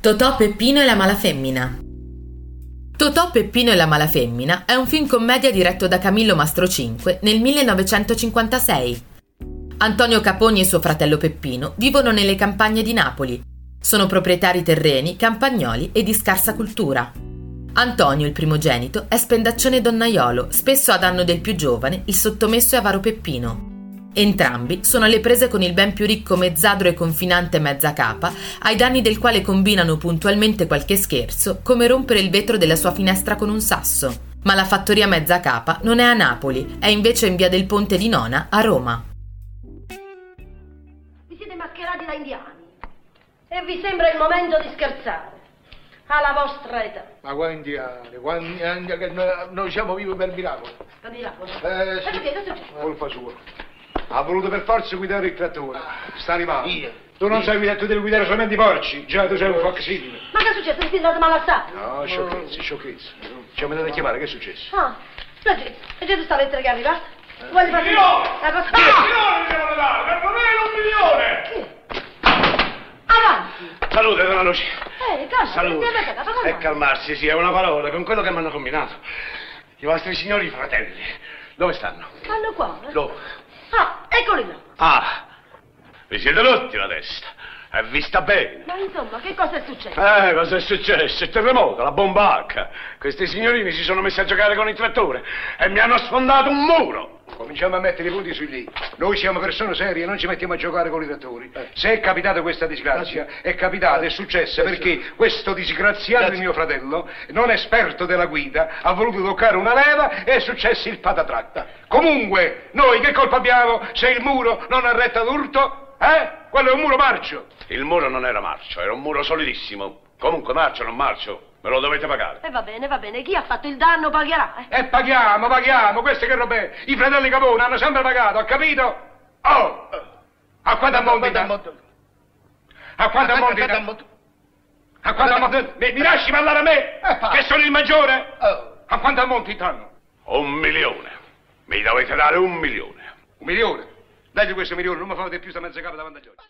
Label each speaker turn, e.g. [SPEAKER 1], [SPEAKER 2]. [SPEAKER 1] Totò Peppino e la malafemmina. Totò Peppino e la malafemmina è un film commedia diretto da Camillo Mastrocinque nel 1956. Antonio Caponi e suo fratello Peppino vivono nelle campagne di Napoli. Sono proprietari terreni, campagnoli e di scarsa cultura. Antonio, il primogenito, è spendaccione donnaiolo, spesso a danno del più giovane, il sottomesso e avaro Peppino. Entrambi sono alle prese con il ben più ricco mezzadro e confinante mezza capa, ai danni del quale combinano puntualmente qualche scherzo, come rompere il vetro della sua finestra con un sasso. Ma la fattoria mezza capa non è a Napoli, è invece in via del Ponte di Nona, a Roma.
[SPEAKER 2] Vi siete mascherati da indiani e vi sembra il momento di scherzare alla vostra età.
[SPEAKER 3] Ma quanti anni, quanti anni che no- noi siamo vivi per miracolo.
[SPEAKER 2] Ma miracolo.
[SPEAKER 3] Eh, sì.
[SPEAKER 2] Ma perché? Cosa succede?
[SPEAKER 3] Colpa sua. Ha voluto per forza guidare il trattore. Sta animale.
[SPEAKER 4] Io?
[SPEAKER 3] Tu non sai guidare, tu devi guidare solamente i porci. Già, tu sei un foxino.
[SPEAKER 2] Ma che è successo? Vi siete malassati?
[SPEAKER 3] No, sciocchezza, sciocchezza. Ci hanno venuto a chiamare, che è successo?
[SPEAKER 2] Ah, la gente, la gente sta lettera che è arrivata.
[SPEAKER 3] Eh.
[SPEAKER 2] Vuole fare... La cosa... Ah!
[SPEAKER 4] milione devono dare, perlomeno un milione!
[SPEAKER 2] Avanti!
[SPEAKER 4] Salute, donna Lucia.
[SPEAKER 2] Eh, calma,
[SPEAKER 4] Salute.
[SPEAKER 2] mi avete dato
[SPEAKER 3] Eh,
[SPEAKER 2] la
[SPEAKER 4] E
[SPEAKER 2] mano.
[SPEAKER 4] calmarsi, sì, è una parola, con quello che mi hanno combinato. I vostri signori fratelli, dove stanno?
[SPEAKER 2] Stanno qua. eh?
[SPEAKER 4] Dove?
[SPEAKER 2] Ah, eccoli là.
[SPEAKER 4] Ah, vi siete rotti la testa. È vista bene.
[SPEAKER 2] Ma insomma, che cosa è successo?
[SPEAKER 4] Eh, cosa è successo? Il terremoto, la bomba H. Questi signorini si sono messi a giocare con il trattore e mi hanno sfondato un muro.
[SPEAKER 3] Cominciamo a mettere i punti sui lì. Noi siamo persone serie, non ci mettiamo a giocare con i trattori.
[SPEAKER 4] Eh.
[SPEAKER 3] Se è capitata questa disgrazia, è capitata, è successa perché questo disgraziato di mio fratello, non esperto della guida, ha voluto toccare una leva e è successo il patatratta. Comunque, noi che colpa abbiamo se il muro non arretta d'urto? Eh? Quello è un muro marcio.
[SPEAKER 4] Il muro non era marcio, era un muro solidissimo. Comunque, marcio o non marcio, me lo dovete pagare.
[SPEAKER 2] E Eh, va bene, va bene, chi ha fatto il danno pagherà, eh?
[SPEAKER 3] E paghiamo, paghiamo, questo che roba è? I fratelli Capone hanno sempre pagato, ha capito? Oh!
[SPEAKER 4] Eh.
[SPEAKER 3] A quanto ammonti? A quanto ammonti? A quanto ammonti? Mi, mi lasci parlare a me,
[SPEAKER 4] parla.
[SPEAKER 3] che sono il maggiore?
[SPEAKER 4] Oh.
[SPEAKER 3] A quanto ammonti danno?
[SPEAKER 4] Un milione. Mi dovete dare un milione.
[SPEAKER 3] Un milione. Dagli questo milione, non mi fate più sta mezza capa davanti agli occhi.